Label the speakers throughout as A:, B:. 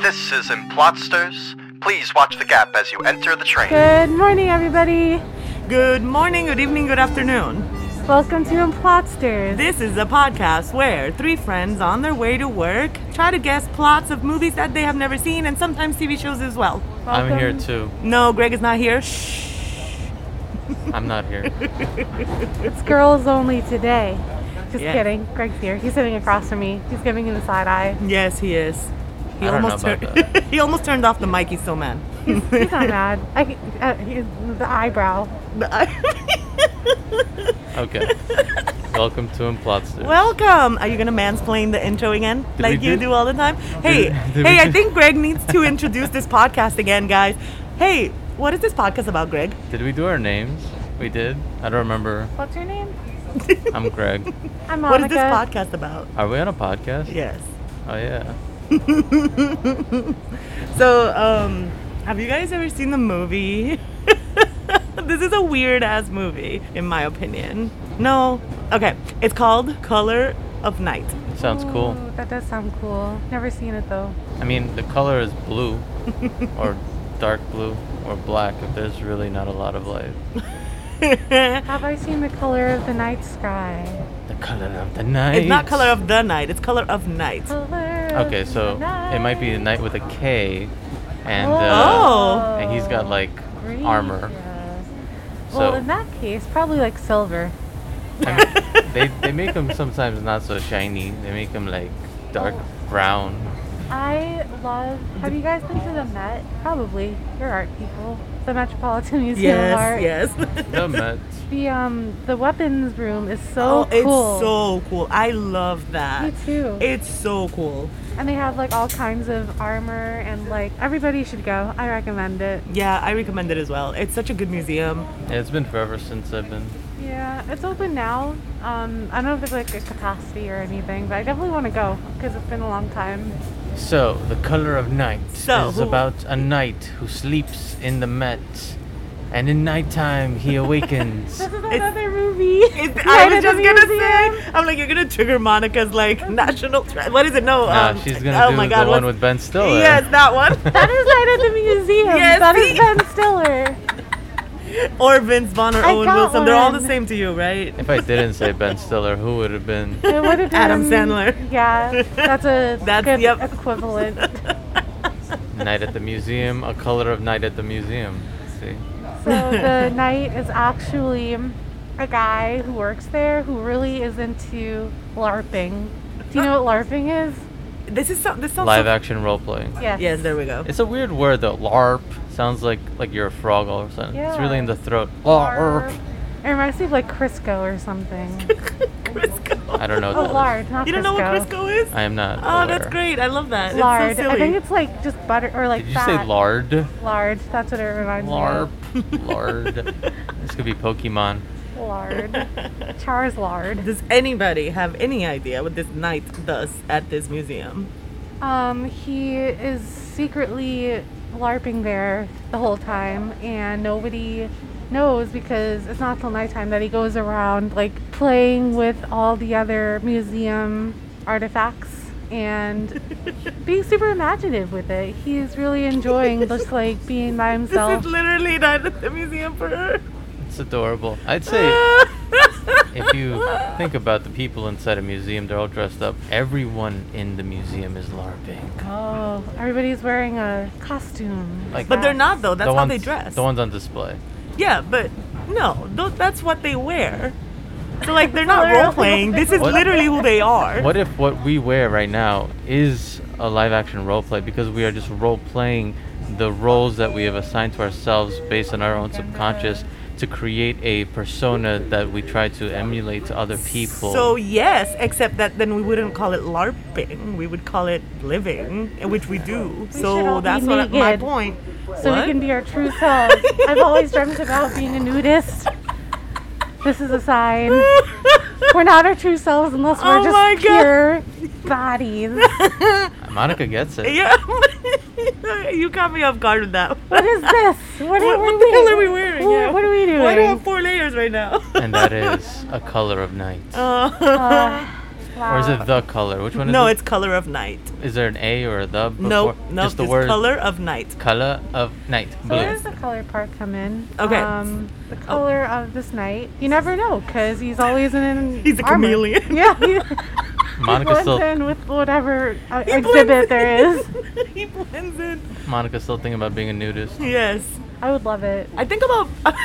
A: This is Implotsters. Please watch the gap as you enter the train.
B: Good morning, everybody.
C: Good morning, good evening, good afternoon.
B: Welcome to Implotsters.
C: This is a podcast where three friends on their way to work try to guess plots of movies that they have never seen and sometimes TV shows as well.
B: Welcome.
D: I'm here too.
C: No, Greg is not here. Shh.
D: I'm not here.
B: It's girls only today. Just
C: Yeah.
B: kidding. Greg's here. He's sitting across from me. He's giving me the side eye.
C: Yes, he is. He
D: I don't know about
C: turned. he almost turned off the mic. He's so mad.
B: He's, he's not mad. I, can- uh, he's, the eyebrow.
D: Okay. Welcome to Implotsters.
C: Welcome. Are you gonna mansplain the intro again, like
D: we
C: you
D: do-
C: do all the time? Hey,
D: did
C: hey,
D: we
C: I
D: do-
C: think Greg needs to introduce this podcast again, guys. Hey, what is this podcast about, Greg?
D: did we do our names? We did. I don't remember.
B: What's your name?
D: I'm Greg.
B: I'm
C: What
B: Monica.
C: is this podcast about?
D: Are we on a podcast?
C: Yes.
D: Oh yeah.
C: So, um, have you guys ever seen the movie? this is a weird ass movie, in my opinion. No? Okay. It's called Color of Night.
D: Sounds cool.
B: Ooh, that does sound cool. Never seen it though.
D: I mean, the color is blue, or dark blue, or black. If there's really not a lot of light.
C: it's
B: Have I seen the color of the night sky?
D: The color of the night.
C: not Color of the Night, it's Color of Night.
B: Oh, Color
D: Okay,
B: of
D: so
B: the night.
D: it might be a night with a K, and uh,
C: Oh.
D: and he's got like
B: Great,
D: armor.
B: yes.
D: So
B: Well, in that case, probably like silver.
D: they they make them sometimes not so shiny. They make them like dark
C: Oh.
D: brown.
B: I love. Have you guys been to the Met? Probably. You're art people. The Metropolitan Museum of Art.
C: yes, yes.
D: The Met.
B: The um the weapons room is so
C: Oh, it's
B: cool.
C: so cool. I love that.
B: Me too.
C: It's so cool.
B: and they have like all kinds of armor and like everybody should go. I recommend it.
C: Yeah, I recommend it as well. It's such a good museum.
D: Yeah, it's been forever since I've been.
B: Yeah, it's open now. Um, I don't know if there's like a capacity or anything, but I definitely want to go because it's been a long time.
D: So the color of night
C: So,
D: is
C: who-
D: about a knight who sleeps in the Met, and in nighttime he awakens.
B: This is
C: It's-
B: another movie.
C: It, I
B: Night
C: was
B: at the
C: just gonna
B: museum.
C: say, I'm like, you're gonna trigger Monica's like national. Tre- what is it? No,
D: nah,
C: um,
D: she's gonna
C: oh
D: do
C: my God,
D: the one
C: what's-
D: with Ben Stiller.
C: Yes, that one.
B: That is Night at the Museum.
C: Yes,
B: that is
C: see?
B: Ben Stiller.
C: or Vince Vaughn or
B: I
C: Owen
B: got
C: Wilson. They're all the
B: one.
C: same to you, right?
D: If I didn't say Ben Stiller, who would have been?
B: It would have been
C: Adam Sandler.
B: Yeah, that's a
C: That's-
B: good
C: yep.
B: equivalent.
D: Night at the Museum. A color of night at the museum. See.
B: So the knight is actually a guy who works there who really is into LARPing. Do you know what LARPing is?
C: This is Oh, so, this sounds
D: Live
C: so-
D: action role playing.
B: Yes.
C: Yes, there we go.
D: It's a weird word though. LARP sounds like like you're a frog all of a sudden. It's really in the throat.
B: LARP.
D: LARP.
B: It reminds me of like Crisco or something.
C: Crisco.
D: I don't know.
B: oh,
D: What that is.
B: lard, not
C: You don't know what Crisco is?
D: I am not.
C: Oh, that's
D: aware.
C: great. I love that.
B: Lard.
C: It's so silly.
B: I think it's like just butter or like
D: Did you
B: fat.
D: say lard?
B: Lard. That's what it reminds
D: LARP.
B: me
D: Lard. This could be Pokemon.
B: of. Lard. Char's lard.
C: Does anybody have any idea what this knight does at this museum?
B: Um, he is secretly LARPing there the whole time, and nobody knows because it's not till nighttime that he goes around like playing with all the other museum artifacts and being super imaginative with it. He's really enjoying just like being by himself.
C: This is literally not at the museum for her.
D: It's adorable. I'd say if you think about the people inside a museum, they're all dressed up. Everyone in the museum is LARPing.
B: Oh, everybody's wearing a costume.
D: Like-
C: but they're not though. That's
D: the
C: how
D: ones,
C: they dress.
D: The ones on display.
C: Yeah, but no, tho- that's what they wear. So like they're not
B: Literally.
C: role playing. This is
D: What-
C: literally who they are.
D: What if what we wear right now is a live action role play because we are just role playing the roles that we have assigned to ourselves based on our own subconscious to create a persona that we try to emulate to other people.
C: So yes, except that then we wouldn't call it larping. We would call it living, and which we do.
B: We should all
C: so
B: be
C: that's what my
B: naked.
C: point.
B: so
C: what?
B: we can be our true selves. I've always dreamt about being a nudist. This is a sign. We're not our true selves unless we're
C: Oh
B: just
C: my God.
B: pure bodies.
D: Monica gets it.
C: yeah, you caught me off guard with that.
B: What is this? What,
C: What,
B: are,
C: what
B: we
C: the hell are we wearing?
B: What,
C: Yeah.
B: what are we doing?
C: Why do I have four layers right now?
D: And that is a color of night.
C: Uh,
B: Uh,
D: Or is
B: Wow.
D: it the color? Which one is
C: No,
D: it?
C: it's color of night.
D: Is there an A or a the? Before?
C: No, no,
D: Just
C: just
D: the word
C: color of night.
D: color of night.
B: So
D: Blue.
B: where does the color part come in?
C: Okay. Oh.
B: Um, the color of this night. You never know because he's always in.
C: He's a
B: armor.
C: chameleon.
B: Yeah. He, he
D: Monica
B: blends
D: still
B: in with whatever uh,
C: He blends
B: exhibit there is.
C: in. he blends in.
D: Monica's still thinking about being a nudist.
C: Yes.
B: I would love it.
C: I think about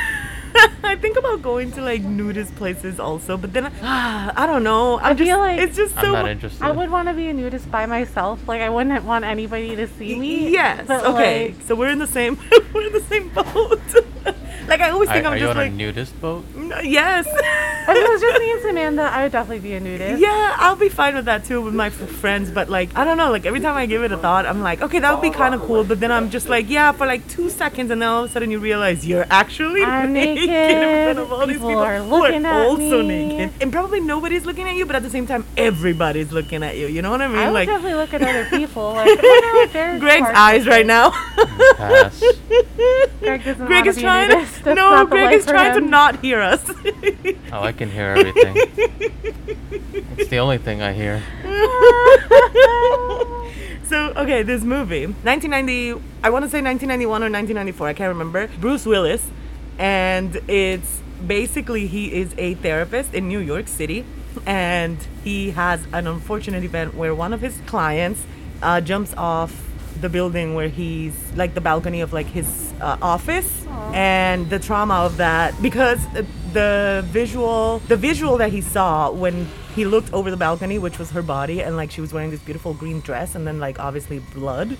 C: I think about going to like nudist places also, but then I, I don't know. I, just
B: feel like-
C: it's just
D: I'm
C: so
D: not interested.
B: I would want to be a nudist by myself. Like I wouldn't want anybody to see me.
C: Yes.
B: But
C: okay.
B: like,
C: so we're in the same we're in the same boat. like I always
D: Are,
C: think
D: are
C: I'm
D: you
C: just
D: on
C: like "Mm,
D: a nudist boat?
C: "No, yes.
B: if it was just me and Samantha, I would definitely be a nudist.
C: Yeah, I'll be fine with that too with my f- friends, but like I don't know, like every time I give it a thought, I'm like, okay, that would be kind of cool, but then I'm just like, yeah, for like two seconds, and then all of a sudden you realize you're actually
B: I'm
C: in front
B: naked.
C: of all these
B: People
C: people
B: are
C: who
B: looking
C: are
B: at
C: also
B: me.
C: naked, and probably nobody's looking at you, but at the same time, everybody's looking at you. You know what I mean?
B: I would
C: like
B: definitely look at other people. Like, I wonder what their
C: Greg's
B: part
C: eyes
B: is.
C: right now.
D: Pass.
B: Greg, doesn't
C: Greg
B: wanna
C: is
B: be a
C: trying.
B: nudist. That's
C: no,
B: not the
C: Greg
B: life
C: is
B: for
C: trying to
B: him.
C: not hear us.
D: Oh, I can hear everything. it's the only thing I hear.
C: so okay, this movie, 1990, I want to say 1991 or 1994, I can't remember. Bruce Willis, and it's basically he is a therapist in New York City, and he has an unfortunate event where one of his clients uh, jumps off the building where he's like the balcony of like his uh, office and the trauma of that because uh, the visual the visual that he saw when he looked over the balcony which was her body and like she was wearing this beautiful green dress and then like obviously blood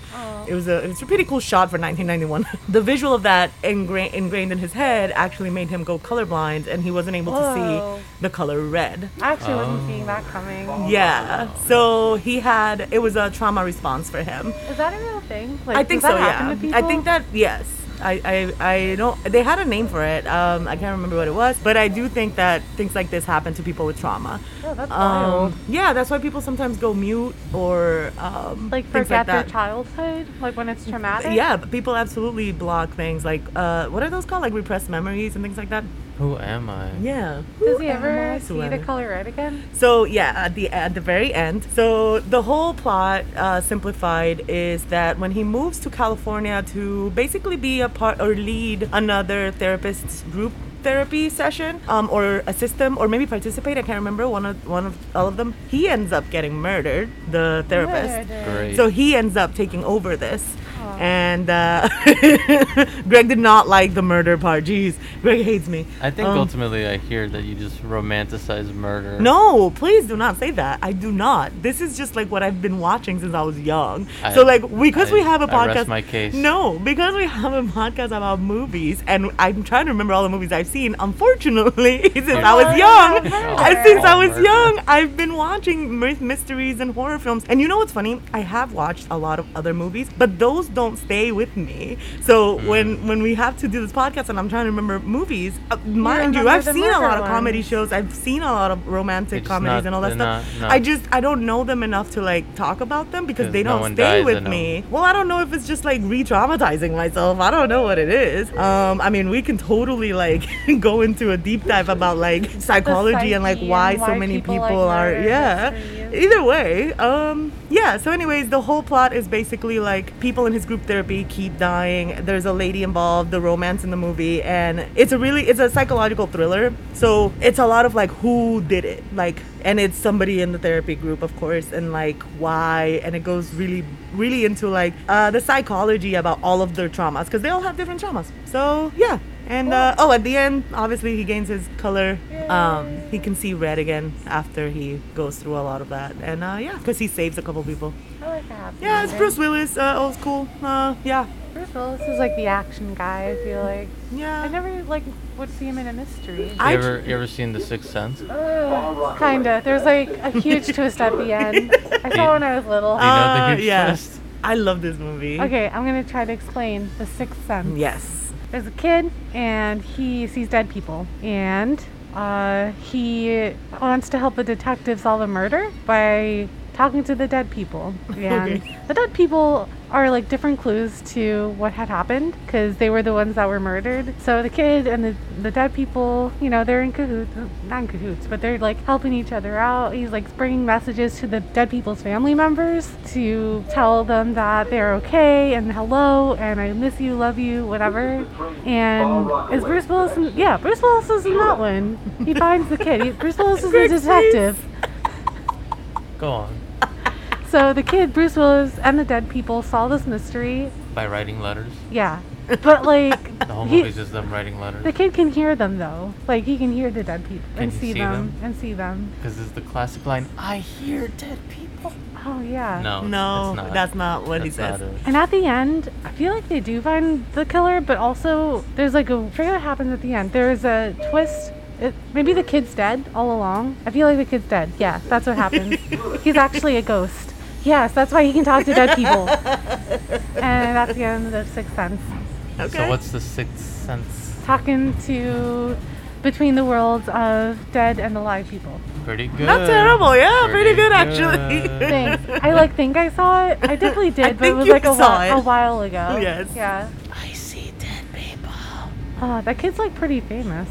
C: it was a it's a pretty cool shot for 1991 the visual of that ingra- ingrained in his head actually made him go colorblind and he wasn't able
B: Whoa.
C: to see the color red
B: I actually
C: Um,
B: wasn't seeing that coming.
C: yeah so he had it was a trauma response for him
B: Is that a real thing? Like,
C: I think
B: does
C: so.
B: that happen
C: Yeah.
B: to people?
C: I think that yes. I, I, I don't. They had a name for it. Um, I can't remember what it was, but I do think that things like this happen to people with trauma.
B: Oh, that's wild.
C: Um, yeah, that's why people sometimes go mute or um,
B: Like
C: things like
B: forget
C: that.
B: their childhood, like when it's traumatic.
C: Yeah, but people absolutely block things like uh, what are those called? Like repressed memories and things like that.
D: Who am I?
C: Yeah.
B: Does he
C: Who am I
B: ever
C: to
B: see the
C: ever-
B: color red again?
C: So yeah, at the at the very end. So the whole plot, uh, simplified, is that when he moves to California to basically be a part or lead another therapist's group therapy session, um, or assist them, or maybe participate. I can't remember one of one of all of them. He ends up getting murdered. The therapist.
D: Great.
C: So he ends up taking over this. And uh, Greg did not like the murder part. Jeez, Greg hates me.
D: I think
C: Um,
D: ultimately I hear that you just romanticize murder.
C: No, please do not say that. I do not. This is just like what I've been watching since I was young.
D: I-
C: so like because we
D: I-
C: have a
D: I rest
C: podcast.
D: my case.
C: No, because we have a podcast about movies, and I'm trying to remember all the movies I've seen. Unfortunately, since I was
B: Oh,
C: young,
B: yeah,
C: I,
B: murder.
C: since I was
D: Murder.
C: young, I've been watching myth- mysteries and horror films. And you know what's funny? I have watched a lot of other movies, but those don't stay with me. So
D: Hmm.
C: when when we have to do this podcast and I'm trying to remember movies, uh, mind you,
B: remember
C: I've
B: the
C: seen a
B: murder
C: lot of comedy
B: ones.
C: shows. I've seen a lot of romantic
D: It's
C: comedies
D: not-
C: and all that
D: they're
C: stuff.
D: not- no.
C: I just I don't know them enough to like talk about them because
D: 'Cause
C: they
D: no
C: don't
D: one
C: stay
D: dies
C: with
D: in 'em.
C: me. Well, I don't know if it's just like re-traumatizing myself. I don't know what it is. Um, I mean, we can totally like go into a deep dive about like psychology and like
B: psyche
C: why,
B: and
C: so
B: why
C: many
B: people
C: people,
B: like
C: are
B: murder
C: yeah.
B: mysteries.
C: Either way, um, yeah. So, anyways, the whole plot is basically like people in his group therapy keep dying. There's a lady involved, the romance in the movie, and it's a really it's a psychological thriller. So it's a lot of like who did it, like, and it's somebody in the therapy group, of course, and like why, and it goes really really into like uh, the psychology about all of their traumas because they all have different traumas. So yeah. And uh, oh, at the end, obviously he gains his color. Um, he can see red again after he goes through a lot of that. And uh, yeah, because he saves a couple people.
B: I like a happy
C: Yeah, it's
B: ending.
C: Bruce Willis, uh, old school. Uh, yeah,
B: Bruce Willis is like the action guy. I feel like
C: yeah.
B: I never like would see him in a mystery.
D: You
C: I-
D: ever, you ever seen The Sixth Sense?
B: Ugh, kinda. There's like a huge twist at the end. I saw it when I was little.
D: Do you know the
C: Uh,
D: huge
C: yeah.
D: twist?
C: I love this movie.
B: Okay, I'm gonna try to explain the sixth sense.
C: Yes.
B: There's a kid, and he sees dead people, and uh, he wants to help the detective solve a murder by talking to the dead people. And
C: Okay.
B: the dead people are like different clues to what had happened because they were the ones that were murdered. So the kid and the, the dead people, you know, they're in cahoots, not in cahoots, but they're like helping each other out. He's like bringing messages to the dead people's family members to tell them that they're okay and hello and I miss you, love you, whatever. And is Bruce Willis? In, yeah, Bruce Willis is in that one. He finds the kid. He, Bruce Willis is a
C: Greg's face.
B: detective.
D: Go on.
B: So the kid, Bruce Willis, and the dead people solve this mystery.
D: By writing letters.
B: Yeah, but like
D: The whole
B: he,
D: movie's just them writing
B: the
D: letters.
B: kid can hear them though. Like he can hear the dead people and
D: he
B: see,
D: see
B: them,
D: them?
B: and see them.
D: Because it's the classic line, I hear dead people.
B: Oh yeah.
D: No,
C: No,
D: it's not.
C: that's not what he says.
D: That's not it.
B: And at the end, I feel like they do find the killer, but also there's like a I forget what happens at the end. There's a twist. It, maybe the kid's dead all along. I feel like the kid's dead. Yeah, that's what happens. He's actually a ghost. Yes, that's why he can talk to dead people. and that's the end of the Sixth Sense.
C: Okay.
D: So what's the sixth sense?
B: Talking to between the worlds of dead and alive people.
D: Pretty good.
C: Not terrible, yeah, pretty,
D: Pretty
C: good, actually.
D: good.
B: Thanks. I like think I saw it. I definitely did, but it
C: think
B: was
C: you
B: like a,
C: saw
B: whi-
C: it.
B: a while ago.
C: Yes.
B: Yeah.
C: I see dead people.
B: Oh, that kid's like pretty famous.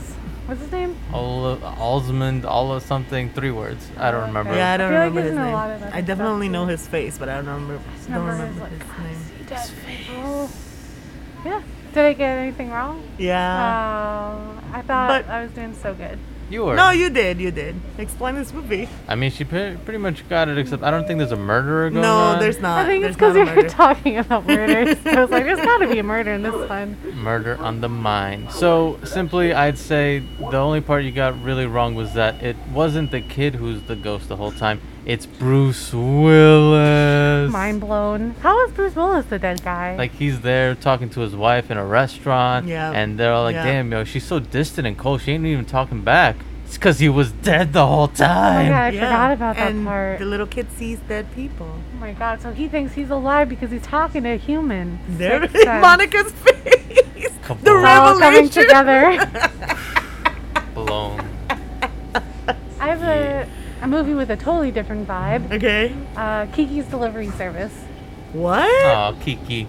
B: What's his name?
D: All Alsmond, all of something, three words. I don't
B: Okay.
D: remember.
C: Yeah, I
B: I
C: don't
B: feel like
C: remember
B: he's
C: his
B: in a
C: name.
B: lot of other
C: I definitely
B: stuff,
C: know
B: too.
C: his face, but I don't remember.
B: I
C: don't
B: remember
C: remember
B: his,
C: his,
B: like,
C: name.
B: Dead people. Oh. Yeah. Did I get anything wrong? Oh,
C: Yeah.
B: I thought
C: Uh, but-
B: I was doing so good.
D: You were.
C: no, you did. You did. Explain this movie.
D: I mean, she pre- pretty much got it, except I don't think there's a murderer going
C: no,
D: on.
C: there's not.
B: I think
C: Uh, there's
B: it's because
C: not a
B: you were
C: murder.
B: talking about murders. I was like, there's got to be a murder in this one.
D: Murder on the Mind. So, simply, I'd say the only part you got really wrong was that it wasn't the kid who's the ghost the whole time. It's Bruce Willis.
B: Mind blown. How is Bruce Willis the dead guy?
D: Like he's there talking to his wife in a restaurant,
C: Yeah.
D: and they're all like,
C: Yeah.
D: "Damn, yo, she's so distant and cold. She ain't even talking back. It's because he was dead the whole
B: oh my god, I
D: time."
B: forgot about that
C: and
B: part.
C: The little kid sees dead people.
B: Oh my god, so he thinks he's alive because he's talking to a human.
C: There
B: Sixth
C: is
B: sense.
C: Monica's face.
D: Come
C: the
D: on.
B: It's all coming
C: revelation.
B: together.
D: Blown.
B: I have a, a movie with a totally different vibe.
C: Okay.
B: Uh, Kiki's Delivery Service.
C: What?
D: Oh, Kiki.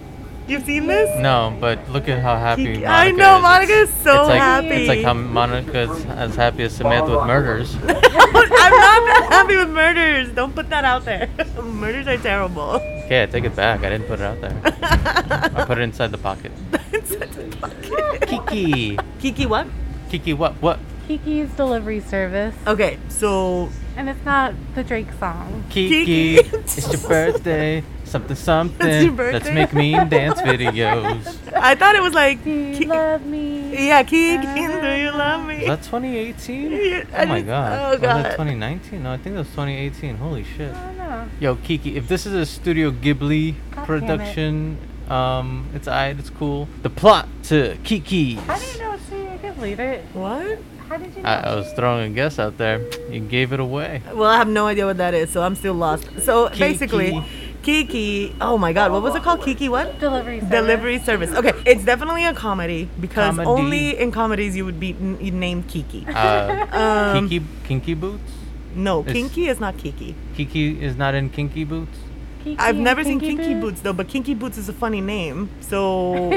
C: You've seen this?
D: No, but look at how happy
C: Kiki-
D: Mm. Monica
C: I know,
D: is.
C: Monica is so
D: it's like,
C: happy.
D: It's like how Monica's as happy as Samantha with murders.
C: I'm not happy with murders. Don't put that out there. Murders are terrible.
D: Okay, I take it back. I didn't put it out there. I put it inside the pocket. Kiki.
C: Kiki, what?
D: Kiki, what? What?
B: Kiki's Delivery Service.
C: Okay, so
B: And it's not the Drake song.
D: Kiki,
C: Kiki.
D: it's your birthday. Something, something.
C: It's your
D: Let's
C: birthday.
D: make mean dance videos.
C: I thought it was like,
B: Do you
C: Ki-
B: love me?
C: yeah, Kiki, do you love
D: Was
C: me?
D: that 2018?
C: Yeah, I
D: oh my
C: just- oh
D: god. Was
C: God.
D: that 2019? No, I think that was 2018. Holy shit.
B: I don't know.
D: Yo, Kiki, if this is a Studio Ghibli
B: damn it.
D: production, um, it's alright, it's cool. The plot to Kiki's.
B: How do you know it's Studio Ghibli? They-
C: What?
B: How did you know?
D: I, I was throwing a guess out there. You gave it away.
C: Well, I have no idea what that is, so I'm still lost. So basically, Kiki, oh my god, what was it called? Kiki, what?
B: Delivery Service.
C: Delivery service. Okay, it's definitely a comedy because
D: Comedy.
C: only in comedies you would be n- you named Kiki.
D: Uh,
C: Um,
D: Kiki, Kinky Boots?
C: No,
D: It's-
C: Kinky is not Kiki.
D: Kiki is not in Kinky Boots?
B: Kiki
C: I've
B: and
C: never seen
B: Kinky
C: Kinky Boots though, but Kinky Boots is a funny name, so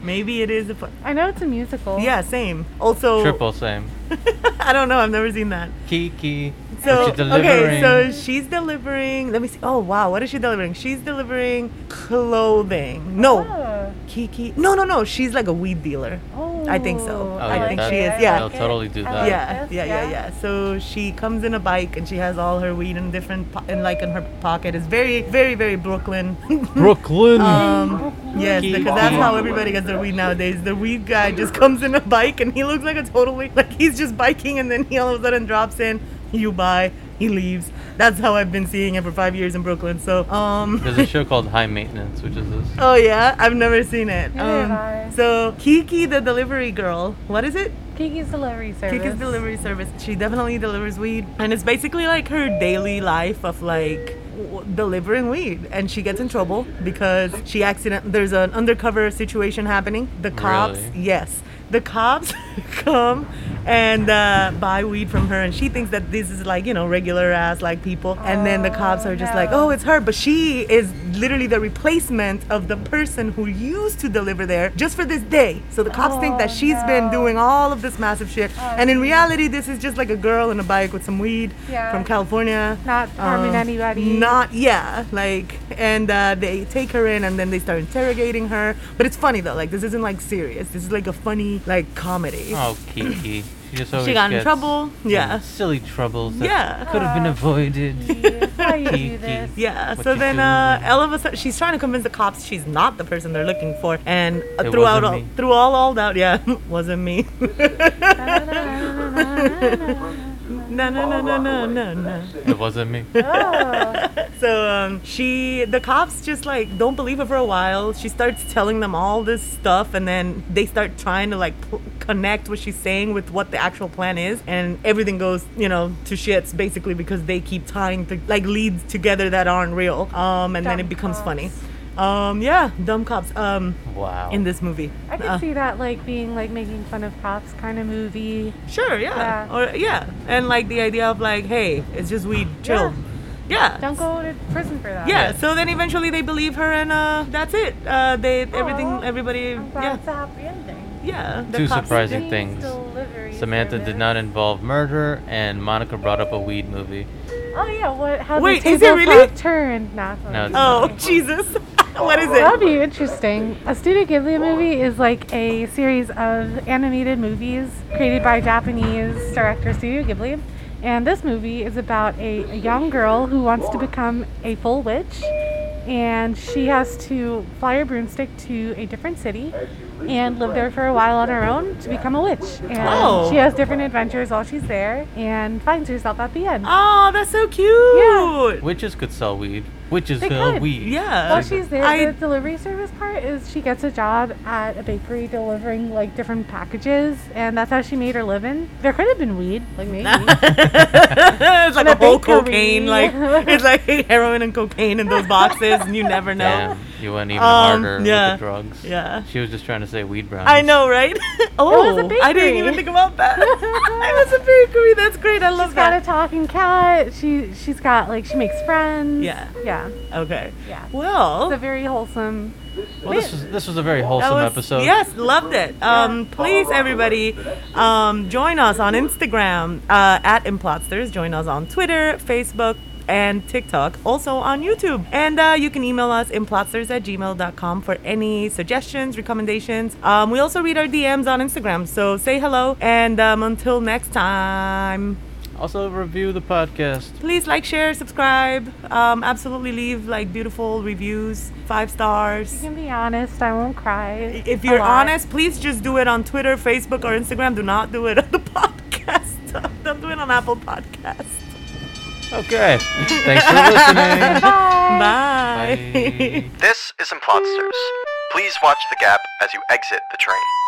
C: maybe it is a fun.
B: I know it's a musical.
C: Yeah, same. Also,
D: Triple same.
C: I don't know. I've never seen that.
D: Kiki. what
C: So
D: you
C: okay, so
D: delivering?
C: she's delivering. Let me see. Oh wow, what is she delivering? She's delivering clothing. No,
B: Oh.
C: Kiki. No, no, no. She's like a weed dealer.
B: Oh.
C: I think so.
D: Oh,
C: I
D: yeah,
C: think
D: that-
C: she is.
D: I
C: Yeah.
D: They'll totally do
B: I
D: that.
B: like
C: yeah,
B: this,
C: yeah, yeah, yeah. So she comes in a bike and she has all her weed in different, po- in like in her pocket. It's very, very, very Brooklyn.
D: Brooklyn.
C: um, yes,
D: Key
C: because that's
D: weed.
C: how everybody gets their weed nowadays. The weed guy just comes in a bike and he looks like a totally like he's just biking and then he all of a sudden drops in. You buy, he leaves. That's how I've been seeing it for five years in Brooklyn. So um,
D: There's a show called High Maintenance, which is this.
C: oh yeah, I've never seen it.
B: Neither
C: Um,
B: have I.
C: so Kiki, the delivery girl, what is it?
B: Kiki's Delivery Service.
C: Kiki's delivery service. She definitely delivers weed, and it's basically like her daily life of like w- delivering weed. And she gets in trouble because she accident. There's an undercover situation happening. The cops,
D: Really?
C: yes, the cops come and uh, buy weed from her. And she thinks that this is like, you know, regular ass like people. And then the cops are just like, oh, it's her. But she is literally the replacement of the person who used to deliver there just for this day. So the cops think that she's been doing all of this massive shit. and in reality, this is just like a girl on a bike with some weed
B: Yeah.
C: from California.
B: Not harming
C: Um,
B: anybody.
C: Not yeah, like and uh, they take her in and then they start interrogating her. But it's funny though, like this isn't like serious. This is like a funny like comedy.
D: Oh, Kiki. She just always
C: she got in
D: gets
C: trouble. Yeah.
D: Silly troubles that
C: Yeah.
D: could have been avoided.
B: Why you do
D: Kiki.
B: this?
C: Yeah,
D: What
C: so
D: you
C: then
D: doing?
C: uh, all of a sudden she's trying to convince the cops she's not the person they're looking for, and uh,
D: It
C: throughout
D: wasn't
C: all,
D: me.
C: through all all doubt, yeah, wasn't me.
B: uh,
C: no, no, no, no, no, no, no.
D: It wasn't me.
C: So um, she, the cops just like don't believe her for a while. She starts telling them all this stuff, and then they start trying to like pl- connect what she's saying with what the actual plan is, and everything goes, you know, to shits basically because they keep tying to, like leads together that aren't real. Um, and then
B: Dumb
C: it becomes
B: cops.
C: funny. Um, yeah, dumb cops. Um,
D: Wow.
C: in this movie.
B: I could
C: Uh,
B: see that like being like making fun of cops kind of movie.
C: Sure, yeah.
B: Yeah.
C: Or yeah, and like the idea of like, hey, it's just weed, chill. Yeah.
B: Don't go to prison for that.
C: Yeah, so then eventually they believe her, and uh, that's it. Uh, they everything,
B: Aw,
C: everybody,
B: I'm glad
C: yeah,
B: it's a happy ending.
C: yeah. the
D: Two
C: cops-
D: surprising
B: Please
D: things.
B: delivery
D: Samantha did
B: service.
D: not involve murder, and Monica brought up a weed movie.
B: Oh yeah, what? How
C: Wait,
B: the
C: is it
B: tabletop
C: really?
B: turned? Not
D: No, it's
C: Oh Jesus, what is
B: That'd
C: it?
B: be interesting. A Studio Ghibli movie is like a series of animated movies created by Japanese director Studio Ghibli. And this movie is about a, a young girl who wants to become a full witch. And she has to fly her broomstick to a different city and live there for a while on her own to become a witch. And
C: Oh.
B: she has different adventures while she's there and finds herself at the end.
C: Oh, that's so cute.
D: Witches could sell weed. Witches
B: They
D: sell
B: could.
D: weed.
C: Yeah.
B: While she's there,
C: I-
B: the delivery service part is she gets a job at a bakery delivering like different packages, and that's how she made her living. There could have been weed, like maybe.
C: it's like
B: a
C: a whole
B: bakery.
C: cocaine, like it's like heroin and cocaine in those boxes, and you never know.
D: Damn, you went even
C: Um,
D: harder
C: yeah,
D: with the drugs.
C: yeah.
D: She was just trying to say weed brownies.
C: I know, right?
B: was a
C: oh, I didn't
B: bakery.
C: even think about that. it was a bakery. That's great. I love
B: she's got
C: that.
B: a talking cat. She she's got like she makes friends.
C: Yeah.
B: yeah.
C: okay.
B: Yeah.
C: Well,
B: It's a very wholesome.
D: Well, this was this was a very
C: That
D: wholesome
C: was-
D: episode.
C: Yes, loved it. Um, please, everybody, um, join us on Instagram uh, at Implotsters. Join us on Twitter, Facebook, and TikTok. Also on YouTube. And uh, you can email us implotsters at gmail.com for any suggestions, recommendations. Um, we also read our DMs on Instagram. So say hello. And um, until next time,
D: Also review the podcast.
C: please like, share, subscribe. Um, absolutely leave like beautiful reviews, five stars.
B: You can be honest. I won't cry.
C: If
B: a
C: you're
B: lot.
C: honest, please just do it on Twitter, Facebook, or Instagram. Do not do it on the podcast. Don't do it on Apple Podcast.
D: Okay. Thanks for listening.
B: Bye.
C: Bye.
D: Bye.
A: This is Implotsters. Please watch the gap as you exit the train.